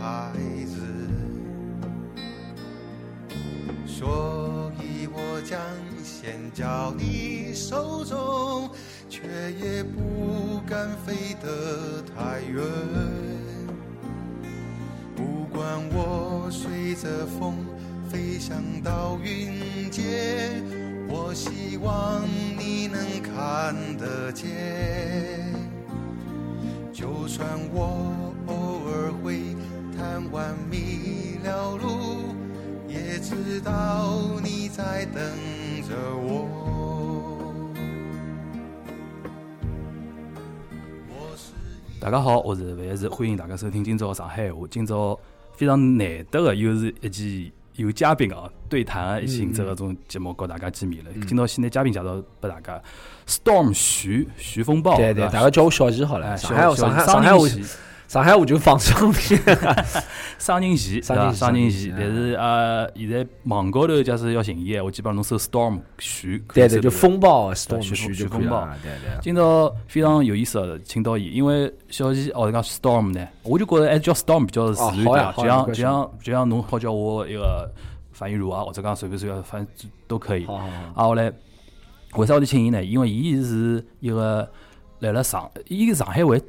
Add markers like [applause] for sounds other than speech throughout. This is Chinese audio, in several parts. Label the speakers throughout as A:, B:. A: 孩子，所以我将线交你手中，却也不敢飞得太远。不管我随着风飞翔到云间，我希望你能看得见。就算我偶尔会贪玩迷了路，也知道你在等着我。我是一
B: 大家好，我是万是，欢迎大家收听今朝上海话。今朝非常难得的，又是一期有嘉宾啊对谈的一性质的这种节目，告大家见面了。
C: 嗯
B: 今朝先拿嘉宾介绍拨大家，Storm 徐徐风暴，
C: 对对，
B: 吧
C: 大家叫我小姨好
B: 哦哎
C: 了。
B: 小
C: 上海话，上海
B: 小
C: 上海话
B: 人，戏
C: 上海话就放上面。
B: [laughs] 双人戏，对
C: 双
B: 吧？
C: 人戏
B: 双人戏，
C: 双
B: 但
C: 人
B: 是呃，现在网高头假使要寻伊闲话，基本上侬搜 Storm 徐，
C: 对对，就。风暴啊 storm
B: 徐风
C: 徐
B: 徐
C: 就可以
B: 风暴
C: 了。啊对对。
B: 今朝非常有意思的，请到伊，因为小伊哦讲 Storm 呢，我就觉着还叫 Storm 比较自然点啊，
C: 哦好
B: 就
C: 呀
B: 像
C: 好
B: 就
C: 呀
B: 像就像侬好叫我一个樊玉茹啊，或者讲随便随便，反正都可以。
C: 好好好。
B: 啊，后来为啥我得请伊呢？因为伊是一个来了上，伊是上海为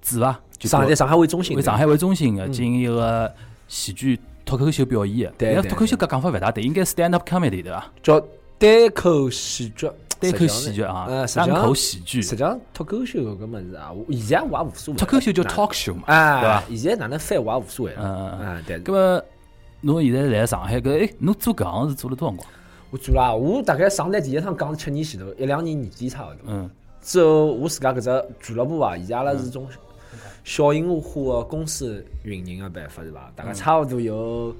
B: 主吧，就
C: 上海在上海为中心
B: 为
C: 的，嗯
B: 上海为中心的进行一个喜剧脱口秀表演的。
C: 对
B: 但
C: 对
B: 脱口秀搿讲法勿大对，应该 stand up comedy 对伐？
C: 叫单口喜剧，
B: 单口
C: 实
B: 喜
C: 际上呢
B: 剧啊
C: 呃，实，际
B: 单
C: 上
B: 口喜剧，
C: 实际上脱口秀搿个物事啊，我现在我也无所谓。
B: 脱口秀叫
C: 哪
B: talk show 嘛。
C: 哎，
B: 对吧？
C: 现在哪能翻我也无所谓了。
B: 嗯嗯嗯
C: 嗯，对。
B: 搿么侬现在来上海搿，哎，侬做搿行是做了多少辰光？
C: 我做啦，我大概上台第一趟讲是七年前头，一两年年底差勿多。
B: 嗯，
C: 之后我自家搿只俱乐部啊，现在阿拉是种小型化的公司运营的办法是伐？大
B: 嗯
C: 概差勿多有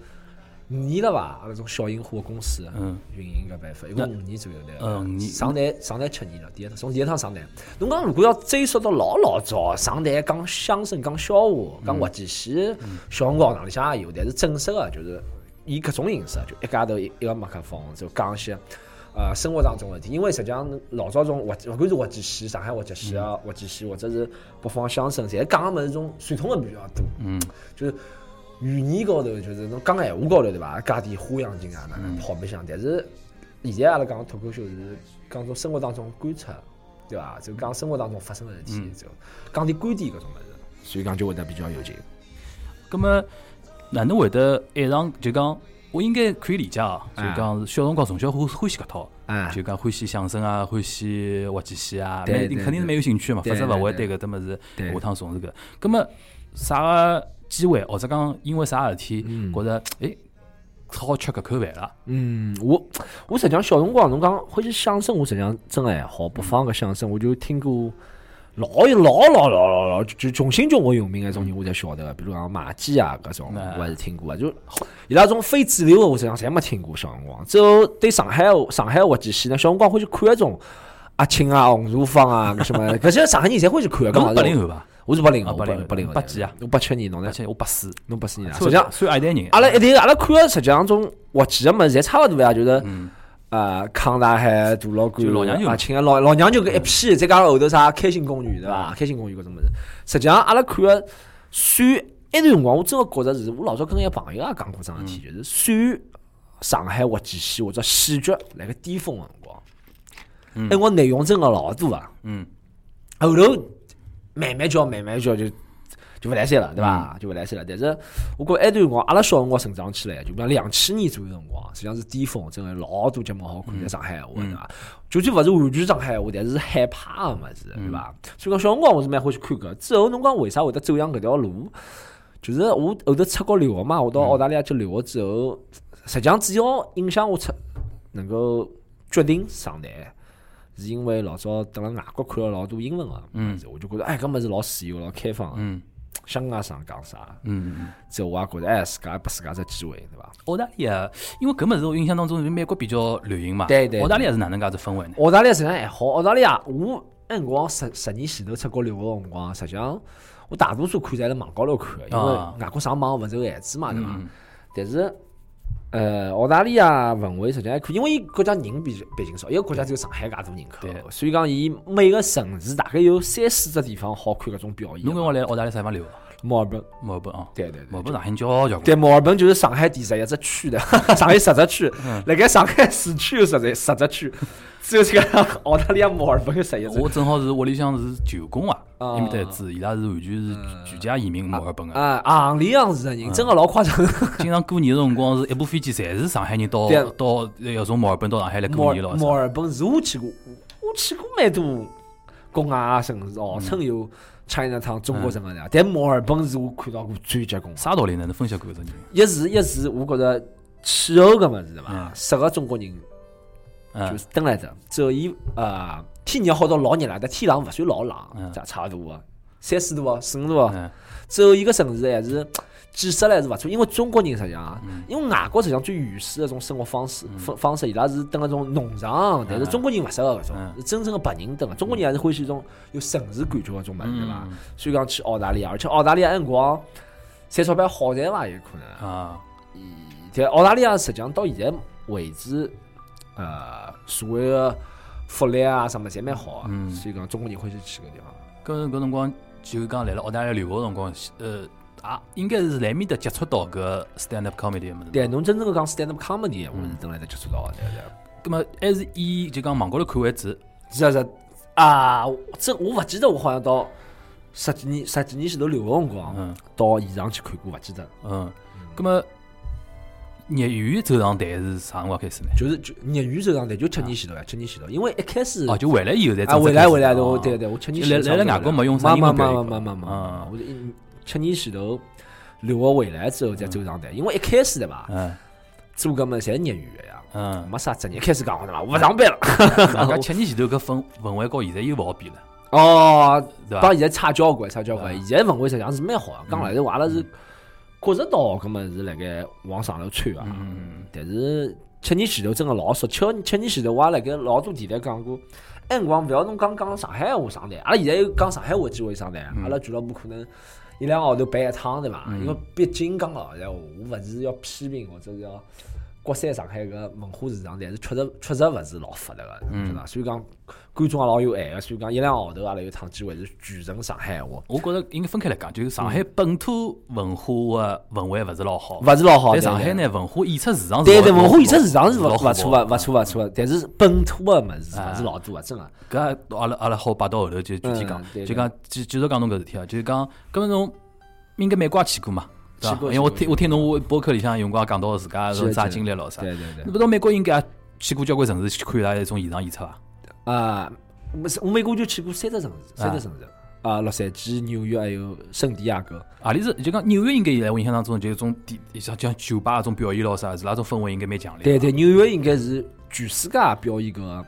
C: 五年了伐？阿拉种小型化的公司
B: 嗯
C: 运营搿办法，一共五年左右对伐。
B: 嗯五年
C: 上台上台七年了，第一趟从第一趟上台。侬讲如果要追溯到老老早，上台讲相声、讲笑话、
B: 嗯
C: 讲滑稽戏，小辰光哪里向也有，但是正式的就是以搿种形式，啊就一家头一一个麦克风，就讲一些。呃，生活当中的事体，因为实际上老早种滑稽，勿管是滑稽戏、上海滑稽戏啊、滑稽戏，或者是北方相声，侪讲个物事种传统的比较多。嗯，就是语言高头，就是侬讲闲话高头，对伐？加点花样进啊，哪能跑白相？但是现在阿拉讲脱口秀是讲种生活当中观察，对伐？就讲生活当中发生的事体，就讲点观点搿种物事，嗯所以讲就会得比较有劲。
B: 搿么哪能会得爱上就讲？我应该可以理解啊，就讲是小辰光从小欢欢喜搿套，
C: 哎
B: 就讲欢喜相声啊，欢喜滑稽戏啊，
C: 对
B: 蛮
C: 对
B: 肯定是
C: 对
B: 蛮有兴趣嘛，否
C: 对
B: 则
C: 对
B: 勿会对
C: 对
B: 搿搭物事
C: 对
B: 下趟从事搿。葛么啥个机会，或者讲因为啥事体，觉着哎好吃搿口饭了，
C: 嗯，我我实际上小辰光，侬讲欢喜相声，我实际上真还好。北方个相声，我就听过老老老老老老，就穷心中国有名个种人，我才晓得个。比如讲马季啊，搿种
B: 嗯
C: 我还是听过啊。就伊拉种非主流个，我实际上侪没听过。小辰光之后对上海上海滑稽戏呢，小辰光欢喜看那种阿青啊、洪如芳啊，搿什么， [laughs] 搿些上海人侪欢喜看个。
B: 搿
C: 讲
B: 是八零后伐？
C: 我是八零后，
B: 啊
C: 八
B: 80后
C: 零八零后，
B: 八几啊
C: 我八七年，侬呢
B: 而？且我八四，
C: 侬八四年啊？实
B: 算
C: 际上。
B: 算阿一代人。
C: 阿拉一代阿拉看个实际上种滑稽个物事侪差勿多呀，就是呃康大海、大老
B: 嗯就嗯老娘舅
C: 倌啊，亲个老老娘舅搿一批，再加上后头啥开心公寓对伐？
B: 嗯
C: 开心公寓搿种物事，实际上阿拉看个算一段辰光，我真个觉着是我老早跟一个朋友也讲过桩事体，
B: 嗯
C: 就是算上海滑稽戏或者喜剧辣盖巅峰个辰光，那辰光内容真个老多啊。
B: 嗯，
C: 后头慢慢叫，慢慢叫就就勿来三了，对伐？就勿来三了。但是我觉着埃段辰光，阿拉小辰光成长起来，就比方两千年左右辰光，实际上是巅峰，真个老多节目好看，在上海话对伐？就算勿是完全上海话，但是是害怕个物事，对伐？所以讲小辰光我是蛮欢喜看搿，之后侬讲为啥会得走向搿条路？就是我后头出国留学嘛，我到澳大利亚去留学之后，实际上主要影响我出能够决定上台，是因为老早蹲辣外国看了老多英文个物事，我就觉得哎搿物事老自由老开放个，
B: 嗯
C: 想讲啊啥讲啥，
B: 嗯，嗯
C: 之后我也觉得哎自家拨自家只机会对伐？
B: 澳大利亚，因为搿物事我印象当中是美国比较流行嘛，
C: 对对对
B: 澳大利亚是哪能介子氛围呢？
C: 澳大利亚实际上还好，澳大利亚哎我那辰光十十年前头出国留学个辰光，实际上我大多数看侪辣网高头看的，因
B: 啊嗯
C: 为外国上网勿受限制嘛，对伐？但是呃，澳大利亚氛围实际上还可以，因为伊国家人比毕竟少，一个国家只有上海介大人
B: 对
C: 口，所以讲伊每个城市大概有三四只地方好看搿种表演
B: 侬
C: 嘛。
B: 跟我来澳大利亚啥地方留？
C: 墨尔本，
B: 墨尔本啊，
C: 对对
B: 墨
C: 对
B: 尔。本上海人交交关，
C: 对，墨尔本就是上海第十一只区的， [laughs] 上海十只区，
B: 嗯
C: [laughs] 辣盖上海市区有十只十只区，只有这个 [laughs] 澳大利亚墨尔本有十一只
B: 我正好是屋里向是舅公啊，
C: 啊嗯
B: 伊面搭子，伊拉是完全是全家移民墨尔本个，
C: 啊，行里向是的
B: 嗯
C: 人，真的老夸张。
B: 经常过年的辰光是一部飞机，侪是上海人到
C: 对啊
B: 到要从墨尔本到上海来
C: 墨
B: 过
C: 尔
B: 年咯。
C: 墨尔本是我去过，我去过蛮多公园啊，甚
B: 嗯
C: 至哦，村有 China Town 中国什么的，但墨尔本是我看到过最结棍的。
B: 啥道理呢？侬分析过搿只人？
C: 一是一是，我觉着气候搿物事对伐
B: 嗯，
C: 适合中国人就
B: 嗯
C: 是蹲来着。之后伊呃天热好到老热了，但天冷勿算老冷，
B: 嗯
C: 差差勿多啊，三四度啊，四五度啊。
B: 嗯
C: 之后一个城市还是建设了还是勿错，因为中国人实际上啊，
B: 嗯
C: 因为外国实际上最原始的一种生活方式方方式，伊拉是蹲那种农场，但是中国人勿适合搿种
B: 嗯，
C: 是真正的白人蹲啊。中国人还是欢喜一种有城市感觉的种物事，对
B: 嗯
C: 伐？所以讲去澳大利亚，而且澳大利亚那辰光赚钞票好赚伐，有可能。
B: 啊，
C: 但澳大利亚实际上到现在为止，呃，所谓的福利啊什么侪蛮好啊，
B: 嗯
C: 所以讲中国人欢喜去搿地方。
B: 搿搿辰光就讲来了澳大利亚留学的辰光，呃，啊，应该是来面搭接触到搿 stand up comedy 的物事。
C: 对，侬真正的讲 stand up comedy，我是等来得接触到的，啊对对。
B: 葛末还是以就讲网高头看为主。
C: 是啊是啊啊，我这我勿记得，我好像到十几年十几年前头留学辰光
B: 嗯，
C: 到现场去看过，勿记得。
B: 嗯，葛末业余走上台是啥辰光开始呢？
C: 就是就业余走上台，就七年前头呀，七年前头，因为一开始
B: 哦，就回来以后才
C: 啊，
B: 正式
C: 回来
B: 开始
C: 回来的，
B: 哦
C: 我对对，我七年
B: 就来
C: 前
B: 来
C: 头
B: 了外国没用啥
C: 没
B: 英
C: 没
B: 文表
C: 没
B: 演
C: 没没没没，
B: 嗯
C: 我就一七年前头留学回来之后再走上台，因为一开始对伐，
B: 嗯
C: 做搿么侪是业余的呀， [laughs]
B: 嗯，
C: 没啥职业。一开始讲好的嘛，我勿上班了。
B: 大家七年前头搿氛氛围和现在又勿好比了，
C: 哦，
B: 对伐
C: 帮？现在差交关，差交关。现在氛围实际上是蛮好的，讲
B: 嗯
C: 来话，阿拉是觉着到搿么是辣盖往上头窜啊。
B: 嗯
C: 但是七年前头真个老少，七七年前头我也辣盖老多电台讲过，埃辰光勿要侬讲讲上海话上台，阿拉现在有讲上海话的机会上台，
B: 嗯
C: 阿拉俱乐部可能。一两个号头办一趟对伐？因为毕竟讲老实闲话，我勿是要批评或者是要国三上海搿文化市场，但是确实确实勿是老发达个，
B: 嗯
C: 对伐？所以讲观众也老有爱个，所以讲一两个号头阿拉有趟机会是全程上海闲话，
B: 我觉着应该分开来讲，就是上海本土文化的氛围勿是老好，
C: 嗯勿是老好。
B: 但
C: 对
B: 上
C: 对
B: 海呢文化演出市场是
C: 对
B: 老
C: 对，
B: 老
C: 文化艺术市场是勿
B: 老
C: 勿
B: 火
C: 错
B: 爆嗯啊
C: 个，勿错勿错个，但是本土个物事勿是老多个，真个。
B: 搿阿拉阿拉好摆到后头就具体讲
C: 嗯对，
B: 就讲继继续讲侬搿事体啊，就是讲搿么侬应该美国也去过嘛，对伐
C: 去？过
B: 因为我
C: 去
B: 听我听侬博客里向有辰光讲到自家
C: 是的
B: 种啥
C: 是的
B: 经历咯啥，
C: 对对
B: 那
C: 对。
B: 不到美国应该也去过交关城市去看伊拉一种现场演出伐？
C: 啊，我是我美国就去过三只城市，三只城市啊，洛杉矶、纽约还有圣地亚哥。
B: 阿啊里是就讲纽约应该现在我印象当中就是种地像像酒吧那种表演咯啥，是那种氛围应该蛮强烈。
C: 对，对，纽约应该是全世界表演个，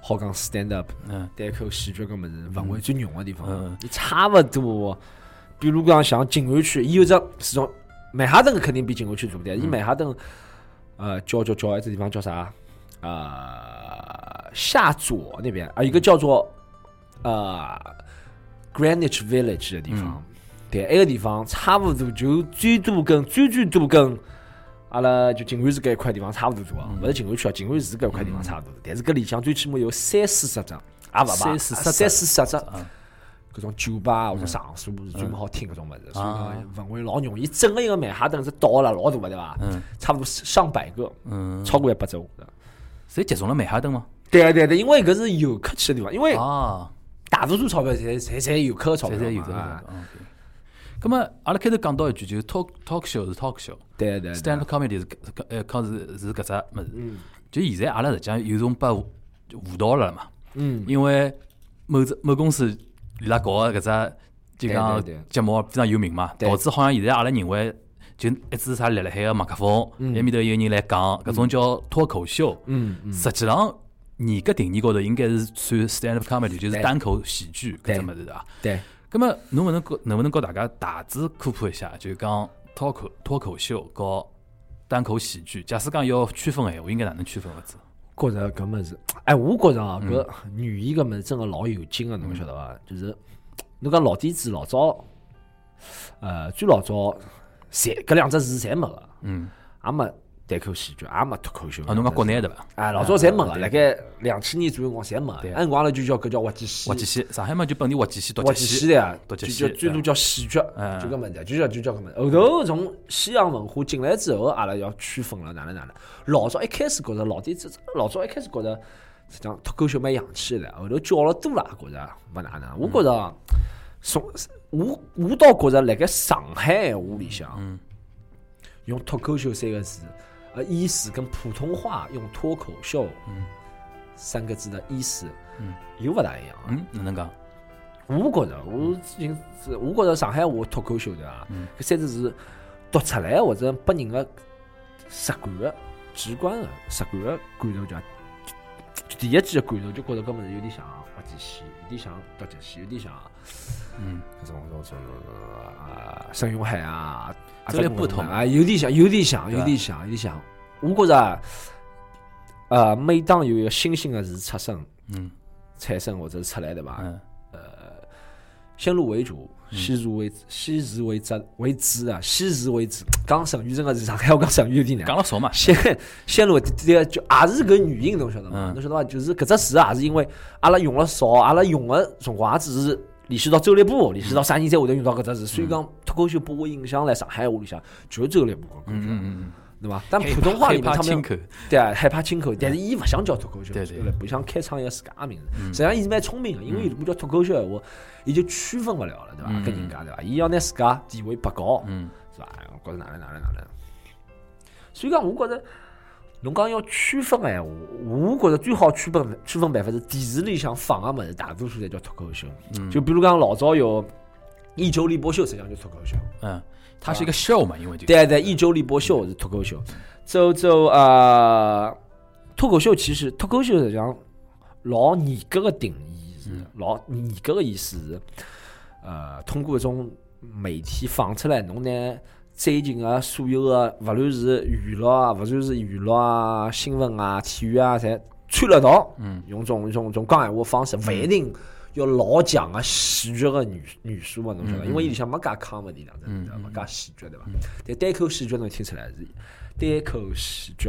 C: 好讲 stand up
B: 嗯
C: 单口喜剧搿物事氛围最浓个地
B: 嗯
C: 方。你差勿多，比如讲像静安区，伊有只市中曼哈顿肯定比静安区大，但是伊
B: 嗯
C: 曼哈顿呃叫叫叫一只地方叫啥？呃，下左那边啊，有一个
B: 嗯
C: 叫做呃 Greenwich Village 的地
B: 嗯
C: 方，对，埃个地方差不多就最多跟最最多跟阿拉就静安寺搿一块地方差不多多
B: 嗯
C: 啊，勿是静安区啊，静安寺搿一块地方差不多，但是搿里向最起码有三四十只，也勿吧，啊
B: 三四十只
C: 三四十只
B: 嗯
C: 搿种酒吧或者场所是专门好听搿种物事，所以
B: 啊
C: 讲哎氛围老浓。伊整个一个曼哈顿是岛了老大个对伐？
B: 嗯
C: 差不多上百个，
B: 嗯，
C: 超过一百只。我觉得
B: 侪集中了曼哈顿吗？
C: 对啊对啊对啊，因为搿是游客去的地方，因为
B: 啊，
C: 大多数钞票侪侪侪游客钞
B: 侪
C: 票
B: 侪有
C: 嘛
B: 这个
C: 啊。。
B: 嗯对咁么，阿拉开头讲到一句，就是 talk talk show 是 talk show，stand
C: 对啊嗯对啊对啊
B: up comedy 是搿是搿呃，靠是是搿只物事。就现在阿拉实际上有种被误误导了嘛。
C: 嗯。
B: 因为某只某公司伊拉搞个搿只就讲
C: 对对对
B: 节目非常有名嘛，
C: 对
B: 导致好像现在阿拉认为就一支啥立辣海个麦克风，埃面头有人来讲，搿种叫脱口秀。
C: 嗯
B: 实际上严格定义高头应该是算 stand up comedy，就是单口喜剧搿只物事对啊伐？
C: 对，
B: 咁么侬能够能不能告大家大致科普一下，就是讲脱口脱口秀和单口喜剧，假使讲要区分个闲话，应该哪能区分法子？
C: 觉着搿物事，哎，我觉着啊，
B: 嗯
C: 搿语言搿物事真个老有劲个，啊侬晓得伐？就是侬讲老底子老早，呃，最老早，侪搿两只字侪没个，
B: 嗯
C: 也没，单口喜剧，也没脱口秀。
B: 哦，侬讲国内对伐？
C: 啊，老早侪没个，辣盖两千年左右辰光侪没
B: 对
C: 个，那辰光阿拉就叫搿叫滑稽戏
B: 滑，稽戏，上海嘛就本地滑稽戏、独
C: 滑
B: 角
C: 稽
B: 戏
C: 戏，的，
B: 独
C: 就
B: 角
C: 叫
B: 戏
C: 最多
B: 嗯
C: 叫喜剧，啊
B: 嗯
C: 就搿么子，就叫就叫搿么子。后头从西洋文化进来之后，阿拉要区分了，哪能哪能。老早一开始觉着老底子，老早一开始觉着实际上脱口秀蛮洋气的，后头叫了多了，觉着勿哪能。我觉着从我我倒觉着辣盖上海闲话里向，用脱口秀三个字，呃，意思跟普通话用脱口秀三个字的意思，有勿大一样啊。
B: 嗯，哪能讲？
C: 我觉着，我最近是，我觉着上海话脱口秀啊对伐？
B: 嗯
C: 搿三只字读出来或者拨人个直观个、直观个、直观个感受就，就第一记个感受就觉着搿物事有点像啊滑稽戏，有点像独角戏，有点像
B: 嗯，
C: 搿种搿种搿种啊，沈永海啊，啊
B: 这类不同
C: 啊，有点像，有点像，
B: 对吧
C: 有点像，有点像。我觉着，呃，每当有一个新兴个字出生，
B: 嗯，
C: 产生或者是出来对伐？
B: 嗯，
C: 先入为主，先入为先入为主为主啊，先入为主。讲成语真个是哎上海话讲成语有点难
B: 讲。了少嘛，
C: 先先入为主这个就也是搿原因，侬晓得吗？
B: 嗯
C: 侬晓得伐？就是搿只词也是因为阿拉用了少，阿拉用个辰光也只是联系到周立波，联系到啥人才会得用到搿只
B: 嗯
C: 字。所以讲脱口秀拨我印象来上海话里向就是周立波，
B: 嗯嗯嗯
C: 对伐？但
B: 嗯，
C: [laughs] 普通话
B: 害
C: 里面
B: 怕
C: 他
B: 亲
C: 们
B: 口，
C: 对啊，害怕亲口，但是伊勿想叫脱口秀，
B: 嗯对
C: 就
B: 对嗯
C: 是不想开创一个自家个名字。实际上，伊是蛮聪明个，因为如果叫脱口秀闲话，伊就区分勿了了，对伐？
B: 嗯
C: 跟人家对伐？伊要拿自家地位拔高，
B: 嗯
C: 是伐？哎我觉着哪能哪能哪能。所以讲，我觉着侬讲要区分个闲话，我觉着最好区分区分办法是电视里向放个物事，大多数侪叫脱口秀。
B: 嗯
C: 就比如讲老早有一周立波秀，实际上就脱口秀。
B: 嗯，它是一个 show 嘛，因为就
C: 啊对对，一周立波秀是脱口秀，周周啊，脱口秀其实脱口秀实际上老严格个定义是老严格个意思是，呃，通过一种媒体放出来，侬呢最近个啊所有个勿论是娱乐啊，勿论是娱乐啊、新闻啊、体育啊，侪掺了一道，嗯，用种种种讲闲话的方式，勿一定。要老强个喜剧个元元素嘛，侬晓得伐，因为伊里向没加 comedy 两只字对伐，没加喜剧对伐？但单口喜剧侬听出来是单口喜剧，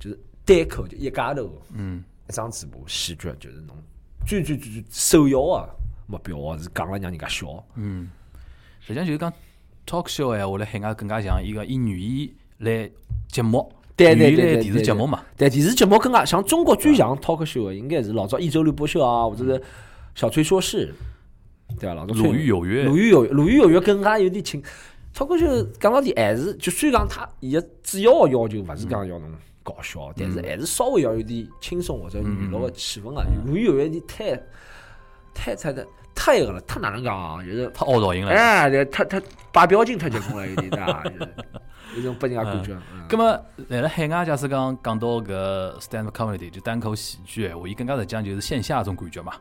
C: 就是单口就一家头，嗯，一张嘴巴喜剧就是侬最最最最首要个目标是讲了让人家笑，
B: 实际上就是讲 talk show 哎，我来海外更加像一个以语言来节目，
C: 对
B: 语
C: 对
B: 言
C: 对
B: 来
C: 对
B: 电视节目嘛，
C: 对，电视节目更加像中国最像 talk show 的，应该是老早一周六播秀啊，或者是小崔说事，对吧？老早
B: 鲁豫有约
C: 鲁豫有鲁豫有约更加有点轻。talk show 讲到底还是，就虽然讲它伊个主要的要求勿是讲要侬搞
B: 嗯
C: 笑，但是还是稍微要有点轻松或者娱乐的气氛啊。鲁豫有约有点太太太的太那个了，太哪能讲啊？就是
B: 太凹导音了。
C: 哎，对他他把表情太结棍了，有点啊，就是有种拨人家感
B: [laughs]
C: 觉。嗯
B: 咁么，来了海外，假使讲讲到搿 stand up comedy 就单口喜剧闲话，伊更加实际上就是线下种感觉嘛，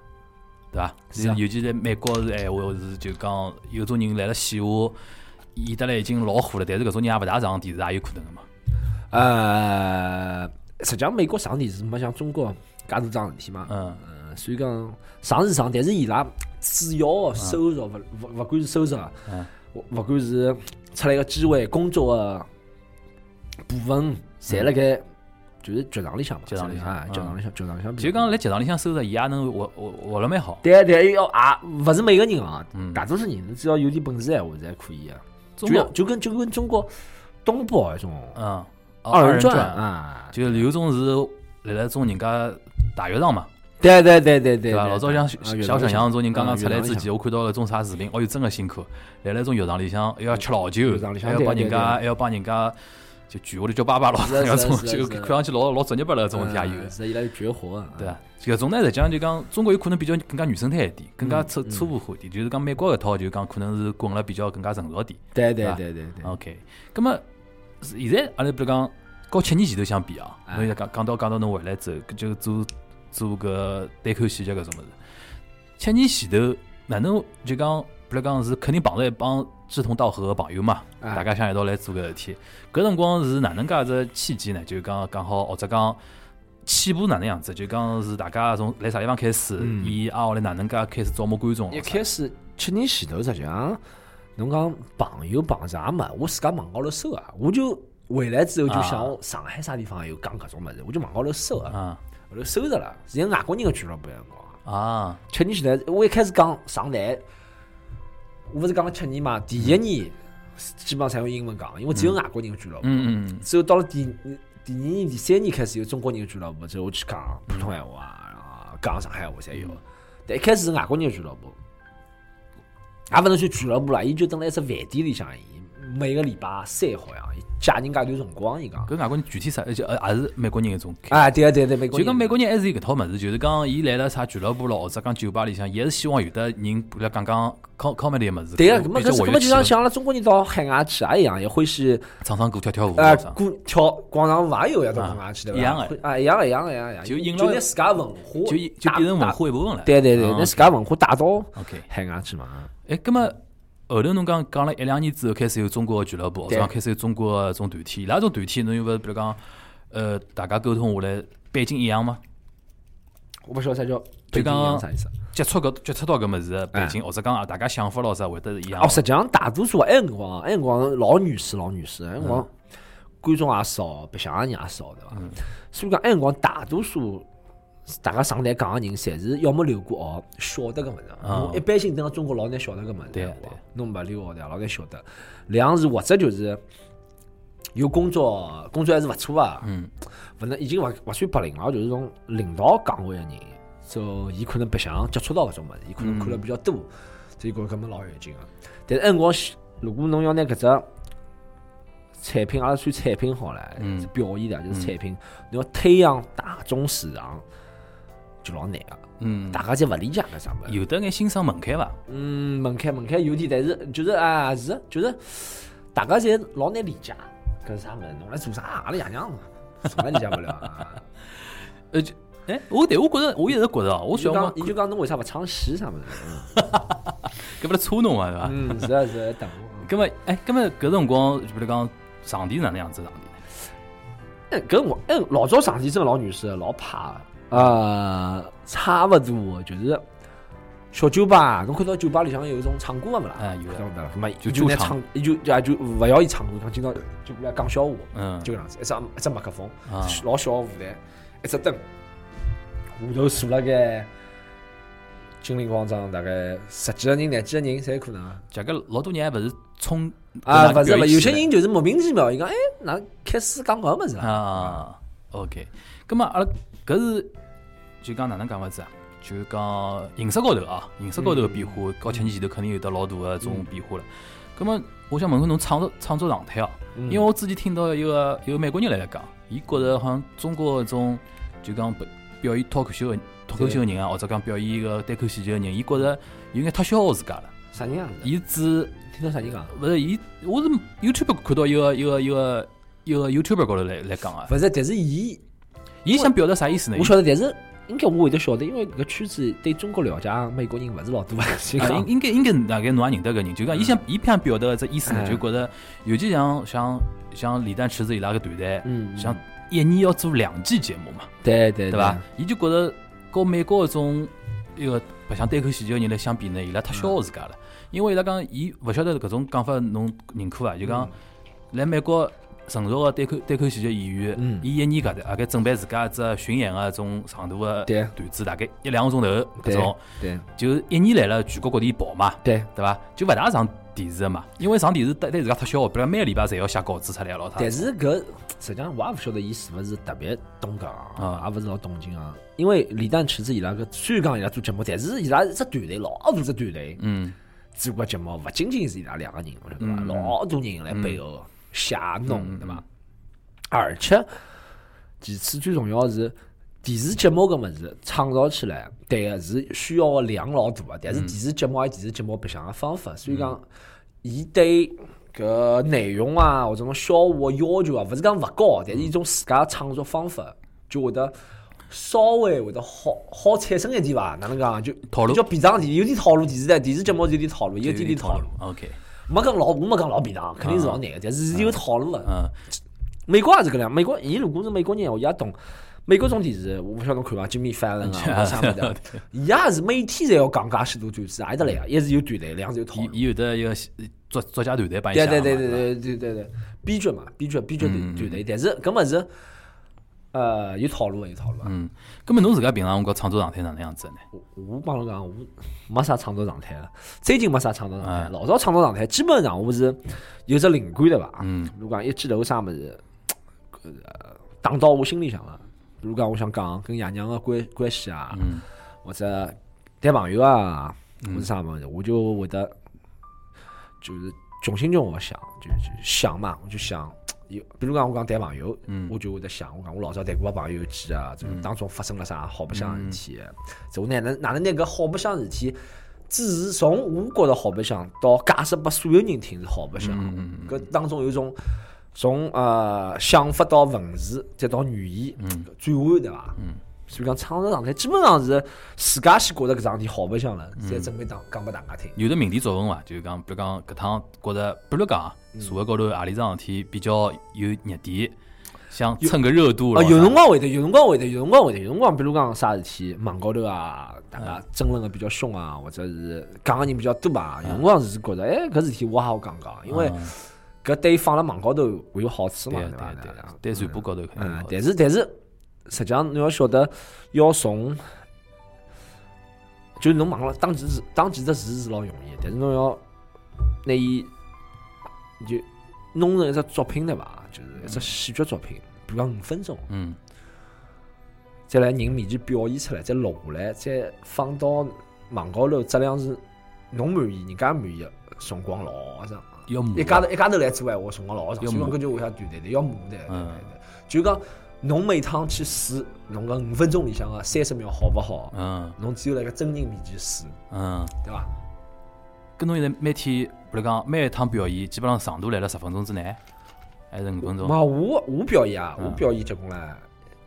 B: 对伐？
C: 是啊
B: 尤其在美国是闲话是就讲有种人来了线下，演得来已经老火了，但是搿种人也勿大上电视，也有可能个嘛。
C: 呃，实际上美国上电视没像中国介大桩事体嘛，
B: 嗯
C: 嗯，所以讲上是上，但是伊拉主要的收入勿勿勿管是收入啊
B: 嗯，
C: 勿勿管是出来个机会、工作个部分，侪辣盖就是剧场里向嘛，
B: 剧嗯场里向
C: 啊，
B: 嗯
C: 剧场里向，剧场里向比较
B: 就
C: 多，
B: 讲来剧场里向收入，伊也能活活活了蛮好。
C: 对对，要啊，勿是每个人啊
B: 嗯，
C: 大多数人只要有点本事闲话，侪可以啊，
B: 中
C: 就要
B: 国，
C: 就跟就跟中国东北那种
B: 嗯，
C: 二人转
B: 转，
C: 啊，
B: 就有种是来了种人家大学堂嘛，
C: 对对对对对
B: 对伐？
C: 对
B: 老早像
C: 啊
B: 小
C: 越
B: 小
C: 南
B: 沈
C: 向
B: 阳种人刚
C: 啊
B: 刚
C: 越
B: 出来
C: 南
B: 之
C: 向
B: 前，我看到了种啥视频，哦哟，真个辛苦，来了种浴场里向，还要吃老酒
C: 浴场，里
B: 还
C: 向
B: 要
C: 对
B: 帮
C: 对
B: 人家，
C: 对
B: 还要帮人家，就句话里叫爸爸咯， [laughs]
C: 是的啊
B: 搿
C: 是
B: 种
C: 的是的
B: 就是
C: 的
B: 看上去老老职业不了搿种事体也有
C: 嗯，是伊拉有绝活啊，
B: 对伐？搿种呢，实际上就讲中国有可能比较更加原生态一点，更加
C: 嗯
B: 粗粗暴化一点，就是讲美国搿套就讲可能是滚了比较更加成熟一点。
C: 对
B: 对
C: 对
B: 吧哦
C: 对对对，
B: OK，咁么现在阿拉比如讲，和七年前头相比啊，
C: 啊
B: 侬现在讲讲到讲到侬回来之后，搿就做做搿单口喜剧搿种物事。七年前头，哪能就讲，比如讲是肯定碰着一帮志同道合的朋友嘛，
C: 啊
B: 大家想一道来做搿事体。搿辰光是哪能介只契机呢？就讲讲好，或者讲。起步哪能样子？就讲是大家从来啥地方开始，
C: 嗯
B: 伊啊后来哪能介开始招募观众啊
C: 一
B: 了啥？
C: 开始七年前头实际上，侬讲朋友碰啥没，我自家网高头搜啊，我就回来之后就想上海啥地方有讲搿种物事，我就网高头搜啊，
B: 啊
C: 后头搜着了，是有外国人的俱乐部辰光。
B: 啊，
C: 七年前头，我一开始讲上台，我勿是讲了七年嘛，第一年基本上侪用英文讲，因为只有外国人的俱乐部。
B: 嗯嗯
C: 之后到了第第二年、第三年开始有中国人的俱乐部，之后我去讲普通闲话啊，讲上海话
B: 嗯
C: 侪有。但一开始是外国人的俱乐部，也勿能算俱乐部啦，伊就等辣一只饭店里向，伊每个礼拜三好像，伊借人家一段辰光，伊讲
B: 搿。外国人具体啥，而且呃也是美国人一种。
C: 啊，对啊，对啊对啊，美国
B: 就
C: 人
B: 讲美国人还是有搿套物事，就是讲伊来了啥俱乐部咯，或者讲酒吧里向，也是希望有的人过来讲讲 com comedy 的物事。
C: 对啊，
B: 比较
C: 搿么搿是
B: 活
C: 搿
B: 跃
C: 么就
B: 气
C: 像
B: 氛
C: 像阿拉中国人到海外去啊也一样，也欢喜
B: 唱唱歌、跳跳舞啥
C: 啊
B: 啥，
C: 过跳广场舞也有呀，到海外去
B: 啊
C: 对伐？
B: 一样的哎
C: 会啊，一样的一样的一样的，
B: 就引
C: 就
B: 了
C: 拿自家文化
B: 就就变成
C: 带
B: 文
C: 带
B: 化一哦部分了。
C: 对对对，
B: 嗯
C: 拿自家文化带到啊
B: OK
C: 海外去嘛。
B: 哎，葛么后头侬讲讲了一两年之后，开始有中国的俱乐部，或者
C: 对
B: 讲开始有中国的种团体，伊拉种团体侬又勿是比如讲，呃，大家沟通下来背景一样吗？
C: 我不晓得啥叫北京一样啥意思。
B: 接触搿接触到搿物事的背景，或者讲啊，大家想法咯啥会得是一样
C: 哦，
B: 吗？
C: 实际上大多数啊，埃辰光埃辰光老原始老原始，埃辰
B: 嗯
C: 光观众也少，白相的人也少，对伐？所以讲埃辰光大多数。大家上台讲个人，侪是要么留过学，晓得搿物事。
B: 啊
C: 侬一般性等到中国老难晓得搿物事，
B: 对
C: 对伐
B: 对
C: 侬勿留学对伐？老难晓得。两是或者就是有工作，工作还是勿错啊。
B: 嗯，
C: 勿能已经勿勿算白领了，就是从领导岗位个人，就伊可能白相接触到搿种物事，伊可能看
B: 嗯
C: 了比较多，所以觉着搿么老有劲个。啊但是按辰光，如果侬要拿搿只产品，阿拉算产品好了，
B: 嗯
C: 是表现的，啊就是产品，侬要推向大众市场就老难个，
B: 嗯，
C: 大家侪勿理解搿啥物事。
B: 有得眼欣赏门槛伐？
C: 嗯，门槛门槛有点，但是就是啊是就是，大家侪老难理解搿是啥物事，侬来做啥？阿拉爷娘从来理解勿了啊。
B: [laughs] 呃，就哎，我对我觉着，我一直觉着啊，我
C: 伊
B: 小
C: 就
B: 辰光
C: 讲，伊就讲侬为啥勿唱戏啥物事？
B: 搿勿是搓侬啊，对伐？
C: 嗯，是啊是啊，等。
B: 葛么，哎，葛么搿辰光，就比如讲场地哪能样子场地？
C: 哎，搿我哎，老早上天真的老女士老怕的呃，差勿多就是小酒吧，侬看到酒吧里向有一种唱歌个勿啦？
B: 哎有的
C: 晓得，咾
B: 就
C: 就拿
B: 驻唱
C: 唱，伊就也就勿要伊唱歌，讲今朝就过来讲笑话，
B: 嗯，
C: 就搿样子，一只一只麦克风
B: 啊，
C: 老小个舞台，一只灯，下头坐了该金陵广场大概十几个人、廿几个人，侪有可能啊。
B: 这个老多人还勿是冲
C: 啊，
B: 搿
C: 勿是
B: 能
C: 勿
B: 表演
C: 是，有
B: 起
C: 些
B: 来
C: 人就是莫名其妙，伊讲哎，哪开始讲搿物事啊？
B: 啊，OK，葛么阿拉搿是就讲哪能讲法子啊？就讲形式高头啊，形式高头的变化，搞
C: 嗯
B: 七年前头肯定有得老大的种变化了。葛么我想问问侬创作创作状态哦，
C: 嗯
B: 因为我之前听到一个有美国人来讲，伊觉着好像中国搿种就讲表表演脱口秀的脱口秀的人啊，或者讲表演一个单口喜剧的人，伊觉着有眼太消耗自家了。
C: 啥人啊？
B: 伊只
C: 听到啥人讲？
B: 勿是伊，我是 YouTube 看到一个一个一个一个 YouTube 高头来来讲啊，
C: 勿是，但是伊，
B: 伊想表达啥意思呢？
C: 我晓得，但是应该我会得晓得，因为搿圈子对中国了解，美国人勿是老多。 [laughs] 所以
B: 啊，
C: 讲
B: 应应该应该大概侬也认得搿人，就讲伊
C: 嗯
B: 想伊想表达的这意思呢，
C: 哎
B: 就觉着尤其像像像李诞、池子伊拉个团队，
C: 嗯，嗯
B: 像一年要做两季节目嘛，
C: 对对
B: 对伐？？伊就觉着和美国搿种一个白相单口喜剧个人来相比呢，伊拉太消耗自家
C: 嗯
B: 了，因为伊拉讲伊勿晓得搿种讲法侬认可伐？就讲来美国。成熟个单口单口喜剧演员
C: 嗯，
B: 伊一年搿搭大概准备自家一只巡演个种长度个
C: 对
B: 段子，大概一两个钟头搿种，
C: 对啊
B: 就一年来了全国各地跑嘛，
C: 对
B: 对伐？就勿大上电视的嘛，因为上电视对对自家太消耗，比如每个礼拜侪要写稿子出来老太。
C: 但是搿实际上我也勿晓得伊是勿是特别懂讲
B: 啊
C: 啊，也勿是老懂经啊。因为李诞、池子伊拉搿虽然讲伊拉做节目，但是伊拉是只团队老大只团队，
B: 嗯
C: 做过节目，勿仅仅是伊拉两个人，晓得伐？
B: 嗯
C: 老多人来背后写弄，对伐？而且，其次最重要的是电视节目搿物事创造起来，对个是需要个量老大个，但是电视节目也有电视节目白相个方法，所以讲，伊对搿内容啊或者种消化个要求啊，勿是讲勿高，但是一种自家创作方法就会得。稍微会得好好产生一点伐？哪能讲啊就
B: 套路
C: 比较便当点，有点套路。电视台电视节目是有点套路，有
B: 有
C: 点点套路。。
B: OK，
C: 没讲老，我没讲老便当，肯定是老难个，但是是有套路个。
B: 嗯
C: 美国也是搿能样，美国伊如果是美国人，我也懂。美国种电视，我勿晓得侬看伐，Jimmy Fallon 啊，啥物事的，伊也是每天侪要讲介许多段子，挨得来啊，一是有段量，两是有套
B: 伊
C: 路。
B: 伊有得一个作作家团队帮伊
C: 对
B: 想
C: 对
B: 嘛，
C: 对对
B: 对
C: 对对对对，编剧嘛，编剧编剧团团队，但是搿么是，呃，有套路啊有套路啊。
B: 嗯，根本侬自家平常辰光创作状态哪能样子呢？
C: 我我帮侬讲，我没啥创作状态了，最近没啥创作状态。
B: 嗯
C: 老早创作状态基本上我是有只灵感对伐？
B: 嗯，
C: 比如讲一记头啥物事，呃，打到我心里向了。比如讲，我想讲跟爷娘个关关系啊，
B: 嗯
C: 或者谈朋友啊，或者啥物事，我就会得就是穷心穷我想，就就想嘛，我就想。有，比如讲，我讲谈朋友，
B: 嗯
C: 我就会得想，我讲我老早谈过个朋友有几啊，就是当中发生了啥好白相的事体，这我哪能哪能拿搿好白相的事体，只是从我觉着好白相到解释拨所有人听是好白相，搿当中有一种从呃想法到文字再到语言转换，对伐？所以讲，创作状态基本上是自家先觉着搿桩事体好白相了，再准备讲讲拨大家听。
B: 有的命题作文伐，就是讲，比如讲搿趟觉着，比如讲啊社会高头何里桩事体比较有热点，想蹭个热度
C: 啊，有辰
B: 光
C: 光会得，有辰光会得，有辰光会得，有辰光，比如讲啥事体，网高头啊，大
B: 嗯
C: 家争论的比较凶啊，或者是讲的人比较多啊，有辰光是觉着，哎，搿事体我也好讲讲，因为搿对放辣网高头会有好处嘛，
B: 嗯对
C: 对伐
B: 对？对
C: 对伐，
B: 对传播高头肯定
C: 嗯，
B: 好
C: 但是但是，实际上侬要晓得，要从，就是侬网了当记者，当记者是是老容易的，但是侬要拿伊就弄成一只作品对伐？就是一只戏剧作品，比如讲五分钟，
B: 嗯
C: 再来人面前表现出来，再录下来，再放到网高头，质量是侬满意，人家满意，辰光老长。
B: 要磨
C: 一家头一家头来做闲话，辰光老长，
B: 要
C: 所以讲
B: 磨
C: 搿就为啥团队的要磨的，对对
B: 嗯
C: 对。就讲侬每趟去试，侬讲五分钟里向个三十秒好勿好？
B: 嗯
C: 侬只有辣盖真人面前试，
B: 嗯，
C: 对伐？
B: 搿侬现在每天，比如讲每一趟表演，基本上长度来了十分钟之内，还是五分钟？
C: 嘛，我我表演啊，我
B: 嗯
C: 表演结棍唻，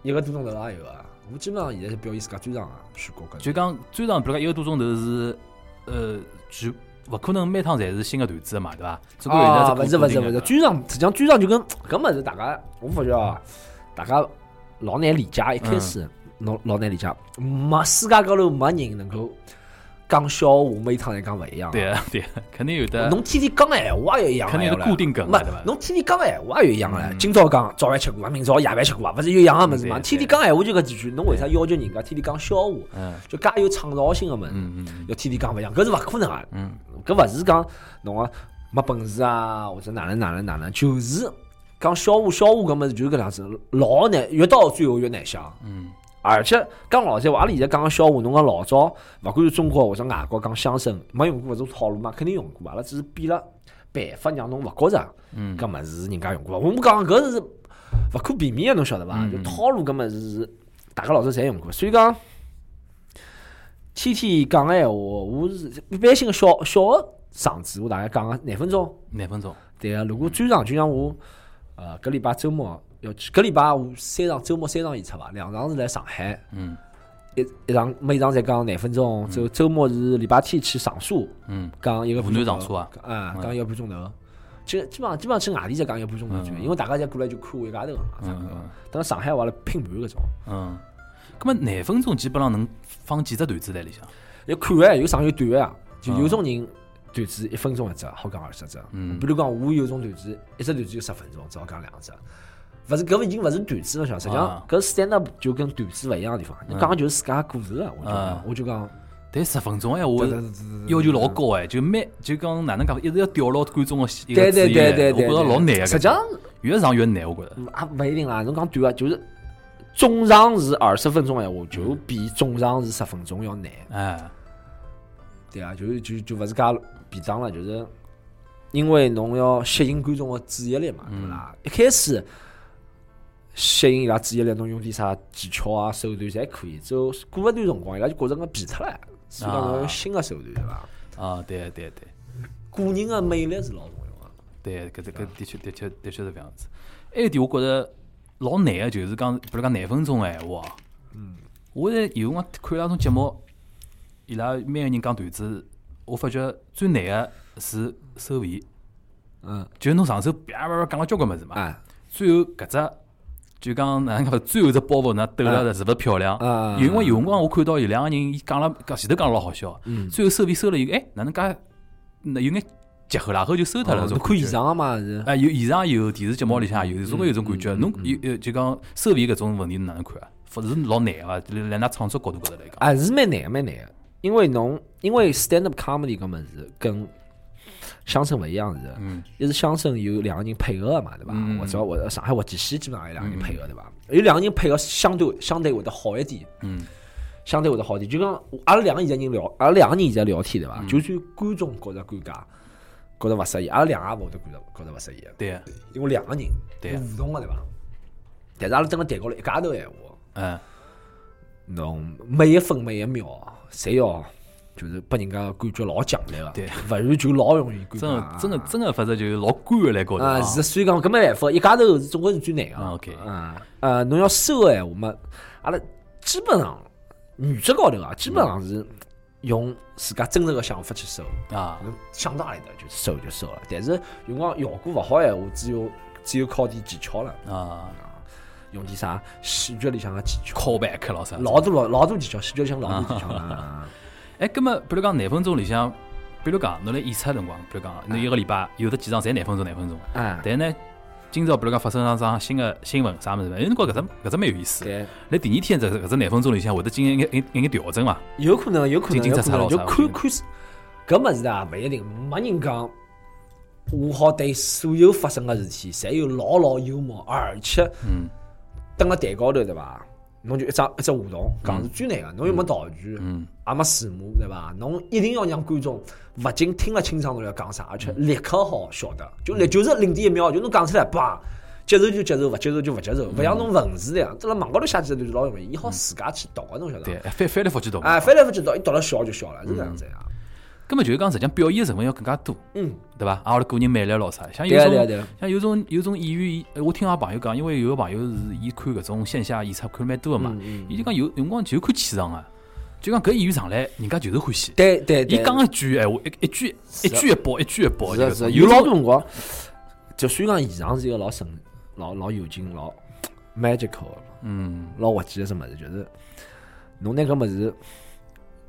C: 一个多钟头也有啊。我基本上现在是表演自家专场啊，全国各地
B: 就讲最长，比如讲一个多钟头是，呃，全勿可能每趟侪是新的段子的嘛，对伐？只不过现在
C: 啊，
B: 是
C: 勿
B: 固
C: 是勿是
B: 定
C: 勿
B: 的
C: 是，专场实际上专场就跟搿物事，大家我发觉啊，大家老难理解。一开始
B: 嗯
C: 老老难理解，没世界高头没人能够讲笑话，每趟侪讲勿一样。
B: 对啊 [laughs] 对啊，肯定有的。
C: 侬天天讲个闲话也一样啊了，
B: 肯定有
C: 对
B: 个
C: 不啦
B: 固定梗
C: 没
B: 嘛对吧嗯
C: 侬天天讲个闲话也一样了。今朝讲早饭吃过啊，明朝夜饭吃过啊，勿是一样个物事嘛？
B: 对
C: 天天讲闲话就搿几句，侬为啥要求人家天天讲笑话？
B: 嗯
C: 就介有创造性个物事，
B: 嗯嗯
C: 要天天讲勿一样，搿是勿可能个。
B: 嗯
C: 搿勿是讲侬啊没本事啊，或者哪能哪能哪能，就是讲笑话笑话搿物事就是搿样子，老难，越到最后越难想。
B: 嗯
C: 而且讲老实闲话，阿拉现在讲个笑话，侬讲老早，勿管是中国或者外国讲相声，没用过搿种套路嘛，肯定用过。阿拉只是变了办法，让侬勿觉着
B: 嗯
C: 搿物事是人家用过。我们讲搿是勿可避免的，侬晓得伐？
B: 嗯
C: 就
B: 嗯
C: 套路搿物事是大家老早侪用过，所以讲天天讲个闲话，我是一般性个小小个场子，我大概讲个廿分钟。
B: 嗯，廿分钟？
C: 对啊，如果专场就像我，呃，搿礼拜周末要去，搿礼拜我三场周末三场演出伐，两场是来上海。
B: 嗯
C: 一一场每场侪讲廿分钟，周周末是礼拜天去长沙
B: 嗯
C: 讲一个半钟
B: 湖南长
C: 头
B: 沙啊，
C: 啊，
B: 嗯
C: 讲一个半钟头。基基本上基本上去外地侪讲一个半钟头就，
B: 嗯
C: 因为大家侪过来就看我一家头嘛。差
B: 嗯
C: 不多
B: 嗯
C: 当然上海话了拼盘搿种，
B: 嗯，咁么廿分钟基本上能放几只段子在里向？
C: 要看个有长有短个啊，就有种人段子一分钟一只，好讲二十只。
B: 嗯
C: 比如讲我有种段子，一只段子有十分钟，只好讲两只。勿是搿已经勿是段子了，晓得伐实际上
B: 啊嗯
C: 搿 stand up 就跟段子勿一样的地方，你讲的就是自家故事啊。我就
B: 啊
C: 讲，我就讲，
B: 但十分钟哎，我
C: 对对对对
B: 要求老高哎，就每就讲哪能讲，一直要吊牢观众的一
C: 对
B: 个
C: 对
B: 注意
C: 对
B: 力
C: 对对，
B: 我觉着
C: 对
B: 老难啊。
C: 实际上
B: 越长越难，我觉着。
C: 也勿一定啦，侬讲短啊，就是总长是二十分钟的闲话，就
B: 嗯
C: 比总长是十分钟要难。
B: 哎，
C: 对啊，就是就就勿是介便当了，就是因为侬要吸引观众的注意力嘛，对勿
B: 嗯
C: 啦？一开始吸引伊拉注意力，侬用点啥技巧啊、手段侪可以。之后过一段辰光，伊拉就觉着我疲脱了，所以讲侬要
B: 啊
C: 用新的手段，对伐？
B: 啊，对对对
C: 个人的魅力是老重要的。
B: 对，搿这搿的确的确的确是搿样子。还有一点，我觉着老难个就是讲，比如讲廿分钟个闲话，嗯，我现在有辰光看伊拉种节目，伊拉每个人讲段子，我发觉最难个是收尾，
C: 嗯，
B: 啊就是侬上手叭叭叭讲了交关物事嘛，
C: 哎，
B: 最后搿只就讲哪能讲法，最后只包袱呢抖了
C: 嗯
B: 得是勿是漂亮？
C: 啊
B: 有因为有辰光我看到有两个人，伊讲了讲前头讲了老好笑，
C: 嗯
B: 最后收费收了以后，哎，哪能介那有眼结合啦，然后就收脱了，
C: 哦侬
B: 种
C: 看
B: 感
C: 现
B: 觉。
C: 场个嘛是？
B: 哎，有现场也有电视节目里向
C: 嗯
B: 也有，总归有种感觉。侬有有就讲收费搿种问题侬哪能看啊？勿是老难啊，来来㑚创作角度高头来讲，
C: 啊，是蛮难的，蛮难的。因为侬，因为 stand up comedy 搿物事跟相声勿一样是，一是相声有两个人配合的嘛，对伐？或者或者上海话剧戏基本上有两个人配合，对伐？有两个人配合，相对相对会得好一点。嗯。相对会得好一点，就讲阿拉两个现在人聊，阿拉两个人现在聊天对伐？就算观众觉着尴尬，觉着勿适意，阿拉两个也勿会得觉着觉着勿适意的。
B: 对啊，
C: 因为两个人
B: 对
C: 有互动个对伐？但是阿拉真个谈高头一家头闲话，
B: 嗯，
C: 侬每一分每一秒，侪要就是拨人家感觉老强烈个，
B: 对
C: 勿然就老容易尴
B: 真
C: 尬
B: 个
C: 啊。
B: 真个真个，反正就是老干个来高头
C: 啊，
B: 啊。
C: 是所以讲搿没办法，一家头是总归是最难个。
B: 啊，OK
C: 啊，呃，侬要收个闲话嘛，阿拉基本上原则高头啊，基本上是用自家真实个想法去收。
B: 啊，
C: 侬想到阿里搭就收就收了，但是有辰光效果勿好闲话，只有只有靠点技巧了。
B: 啊
C: 用点啥喜剧里向个技巧，
B: ，callback 老啥？
C: 老多老老多技巧，喜剧里向老多技巧了啊。
B: 哎，葛么，比如讲廿分钟里向，比如讲侬来演出的辰光，比如讲侬一个礼拜有的几场侪廿分钟，廿分钟。
C: 啊，
B: 但呢，今朝比如讲发生上桩新个新闻啥物事嘛，有哎辰光搿只搿只蛮有意思。
C: 对，
B: 辣第二天这搿只廿分钟里向会得进行一眼一眼调整嘛。
C: 有可能，有可
B: 进
C: 能，
B: 进出出咯
C: 有可能，就
B: 啥
C: 看
B: 物
C: 看是搿物事啊，勿一定，没人讲。我好对所有发生个事体，侪有老老幽默，而且，
B: 嗯，
C: 登了台高头对伐？侬就一只一只互动，讲是最难个，侬又没道具，
B: 嗯，
C: 也没字幕，对伐？侬一定要让观众勿仅听了清爽侬要讲啥，而且
B: 嗯
C: 立刻好晓得，就立就是零点一秒，就侬讲出来，叭，接受就接受，勿接受就勿接受，
B: 嗯
C: 勿像侬文字那样，在辣网高头写几头就老容易，伊好自家去读个，啊侬晓得
B: 对，
C: 伐？
B: 翻翻来覆去动。
C: 哎，翻来覆去读，伊读了笑就笑了，是这样子呀。
B: 葛么就是讲，实际上表演的成分要更加多，
C: 嗯，
B: 对伐？啊，阿拉个人魅力咯啥，像有
C: 对啊对啊
B: 种
C: 对啊，
B: 像有种有种演员，伊呃我听阿朋友讲，因为有个朋友是伊看搿种线下演出看了蛮多个嘛，
C: 嗯
B: 伊就讲有有辰光就看气场啊，就讲搿演员上来，人家就是欢喜。
C: 对对对，啊
B: 伊讲一句闲话，一一句一句一爆，一句一爆，
C: 是啊
B: 就是
C: 啊，
B: 有
C: 有
B: 老
C: 老多辰光，就虽然现场是一个老神、老老有劲、老 magical 的
B: 嗯
C: 老滑稽的什么事，就是侬拿搿物事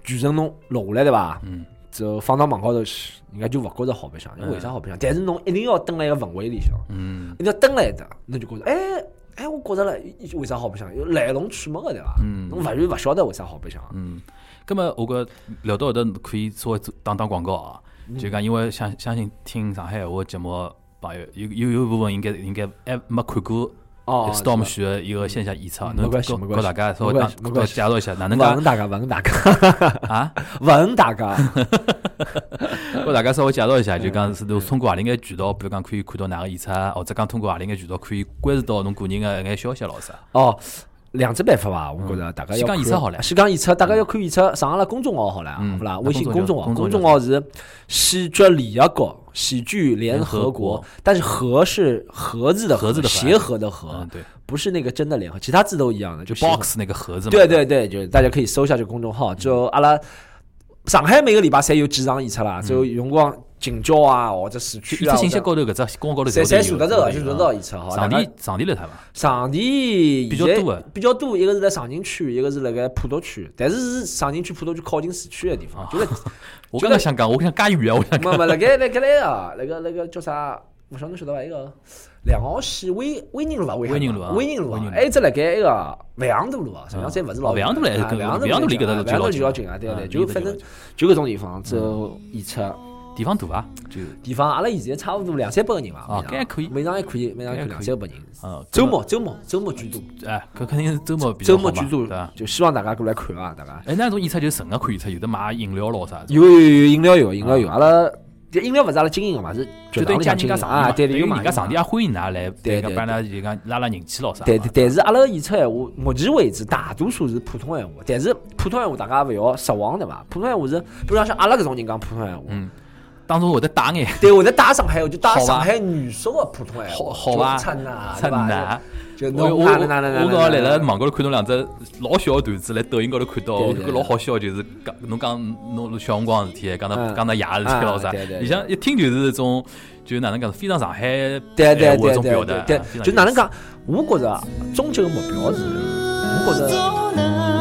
C: 全程侬录下来对伐？
B: 嗯，
C: 之后放到网高头去，人家就勿觉着好白相，因为为啥好白相？但是侬一定要蹲辣一个氛围里向，
B: 嗯
C: 一定要蹲辣一搭，侬就觉着哎。哎，我觉着了，为啥好白相？有来龙去脉个对伐？
B: 嗯
C: 侬勿然勿晓得为啥好白相。
B: 嗯。葛么，我觉聊到搿搭可以稍微做打打广告啊，
C: 嗯
B: 就讲因为相相信听上海闲话的节目的朋友，有有有一部分应该应该还没看过。
C: 哦
B: Storm 徐的一个线下演出啊，
C: 嗯
B: 能
C: 没关系
B: 告
C: 没
B: 告
C: 关系
B: 大家稍微
C: 没
B: 打
C: 关系没
B: 介
C: 关系
B: 绍一下，哪能
C: 勿
B: 介
C: 恨大家，勿恨大家， [laughs]
B: 啊？
C: 勿恨大家。
B: 告大家稍微介绍一下，就
C: 嗯
B: 讲是通过何里眼渠道，比如讲可以看到哪个演出啊，或者讲通过何里眼渠道可以关注到侬个人的一眼消息咯啥。
C: 哦，两只办法伐？我觉着大家
B: 先
C: 要
B: 讲
C: 看
B: 演出好了
C: 先讲演出，大家要看演出，上阿拉公众号好了，
B: 嗯
C: 好不啦？
B: 那
C: 微信
B: 公
C: 公
B: 众
C: 众
B: 号
C: 号，公
B: 公众
C: 众
B: 号
C: 号是喜剧联合国，喜剧联
B: 联合
C: 合
B: 国
C: 国，但是和是盒子的
B: 盒子的盒
C: 协和的
B: 嗯
C: 和，，
B: 对，
C: 不是那个真的联合，其他字都一样的，
B: 就
C: 协和
B: box 那个盒子嘛。嗯
C: 对对对，就是大家可以搜一下这个公众号，就阿拉上海每个礼拜侪有几场演出啦，就有辰光近郊啊或者市
B: 就嗯
C: 区
B: 一只
C: 啊或
B: 信息
C: 者。
B: 高头搿只公告高头
C: 侪
B: 侪
C: 侪
B: 有
C: 查得
B: 都
C: 到，
B: 有
C: 就查得
B: 啊
C: 到演出好。
B: 场
C: 大家
B: 地场地来谈伐？
C: 场地
B: 比较
C: 现在
B: 多的啊
C: 比较多，一个是在长宁区，一个是辣盖普陀区，但是是长宁区、普陀区靠近市区的地
B: 哦
C: 方，就
B: [laughs]
C: 辣
B: 我刚刚想讲，我想加远啊，我想
C: 没没辣盖辣盖那个那个那个叫啥？勿晓得侬晓得伐？一个两号线威威宁路伐？
B: 威宁路啊
C: 威宁路
B: 威宁
C: 啊
B: 路，
C: 还有只辣盖那个万阳大路啊，实际上侪勿是老
B: 哦万阳大路还是
C: 啊
B: 跟
C: 万阳
B: 万阳
C: 大
B: 大
C: 路
B: 路离搿搭
C: 啊
B: 是最
C: 万阳
B: 老
C: 大路
B: 近
C: 就
B: 的
C: 老近啊，对
B: 嗯
C: 对，
B: 离
C: 就
B: 搿
C: 反
B: 搭
C: 正
B: 就
C: 就搿种地方，之
B: 嗯
C: 后演出
B: 地方大啊伐？就
C: 地方，阿拉现在差勿多两三百个人伐？
B: 哦搿
C: 每
B: 还
C: 场
B: 可以
C: 每场还可以，每场
B: 搿还
C: 有
B: 可
C: 两
B: 以
C: 三百人。
B: 啊，
C: 周末周末周末居多，
B: 哎，搿肯定是周末比较
C: 嗯周
B: 好嘛
C: 末居多
B: 对伐？，
C: 就希望大家过来看啊，大家。
B: 哎，那种演出就是纯个看演出，有的买饮料咯啥，
C: 有有有饮料有饮料有，阿拉这饮料勿是阿拉经营个嘛，是
B: 就
C: 剧
B: 对
C: 场里
B: 家人
C: 向经
B: 家
C: 营
B: 场地
C: 啊，
B: 嘛
C: 对
B: 于
C: 有
B: 人
C: 买
B: 家场地也欢迎㑚来，
C: 对
B: 讲
C: 对
B: 帮㑚就讲拉拉人气咯啥嘛。
C: 对对，但是阿拉演出闲话，目前为止大多数是普通闲话，但是普通闲话大家勿要失望对伐？普通闲话是，比如讲像阿拉搿种人讲普通闲话，
B: 嗯当中会得打眼，
C: 对，会得带上海话，就带
B: 好吧
C: 哎上海女说个普通闲
B: 好
C: 话，
B: 好吧
C: 就蹭呐，
B: 真
C: 啊对伐？啊
B: 的，
C: 就
B: 我
C: 侬
B: 我
C: 哪能哪能
B: 我
C: 哪能
B: 刚刚
C: 哪
B: 来
C: 能
B: 了网高头看到两只老小的段子，来抖音高头看到，
C: 对
B: 我
C: 对
B: 觉得老好笑，就是讲侬讲侬小辰光的事体，讲
C: 嗯
B: 到讲到爷的事体
C: 啊
B: 咯啥
C: 对对，对
B: 里向一听就是一种就是哪能讲，非常上海
C: 对对
B: 闲话
C: 对
B: 一种
C: 对
B: 表达啊
C: 对，对，
B: 非常
C: 就哪
B: 有
C: 能
B: 意思
C: 讲？我觉着啊终究目标是，我觉着
D: 总能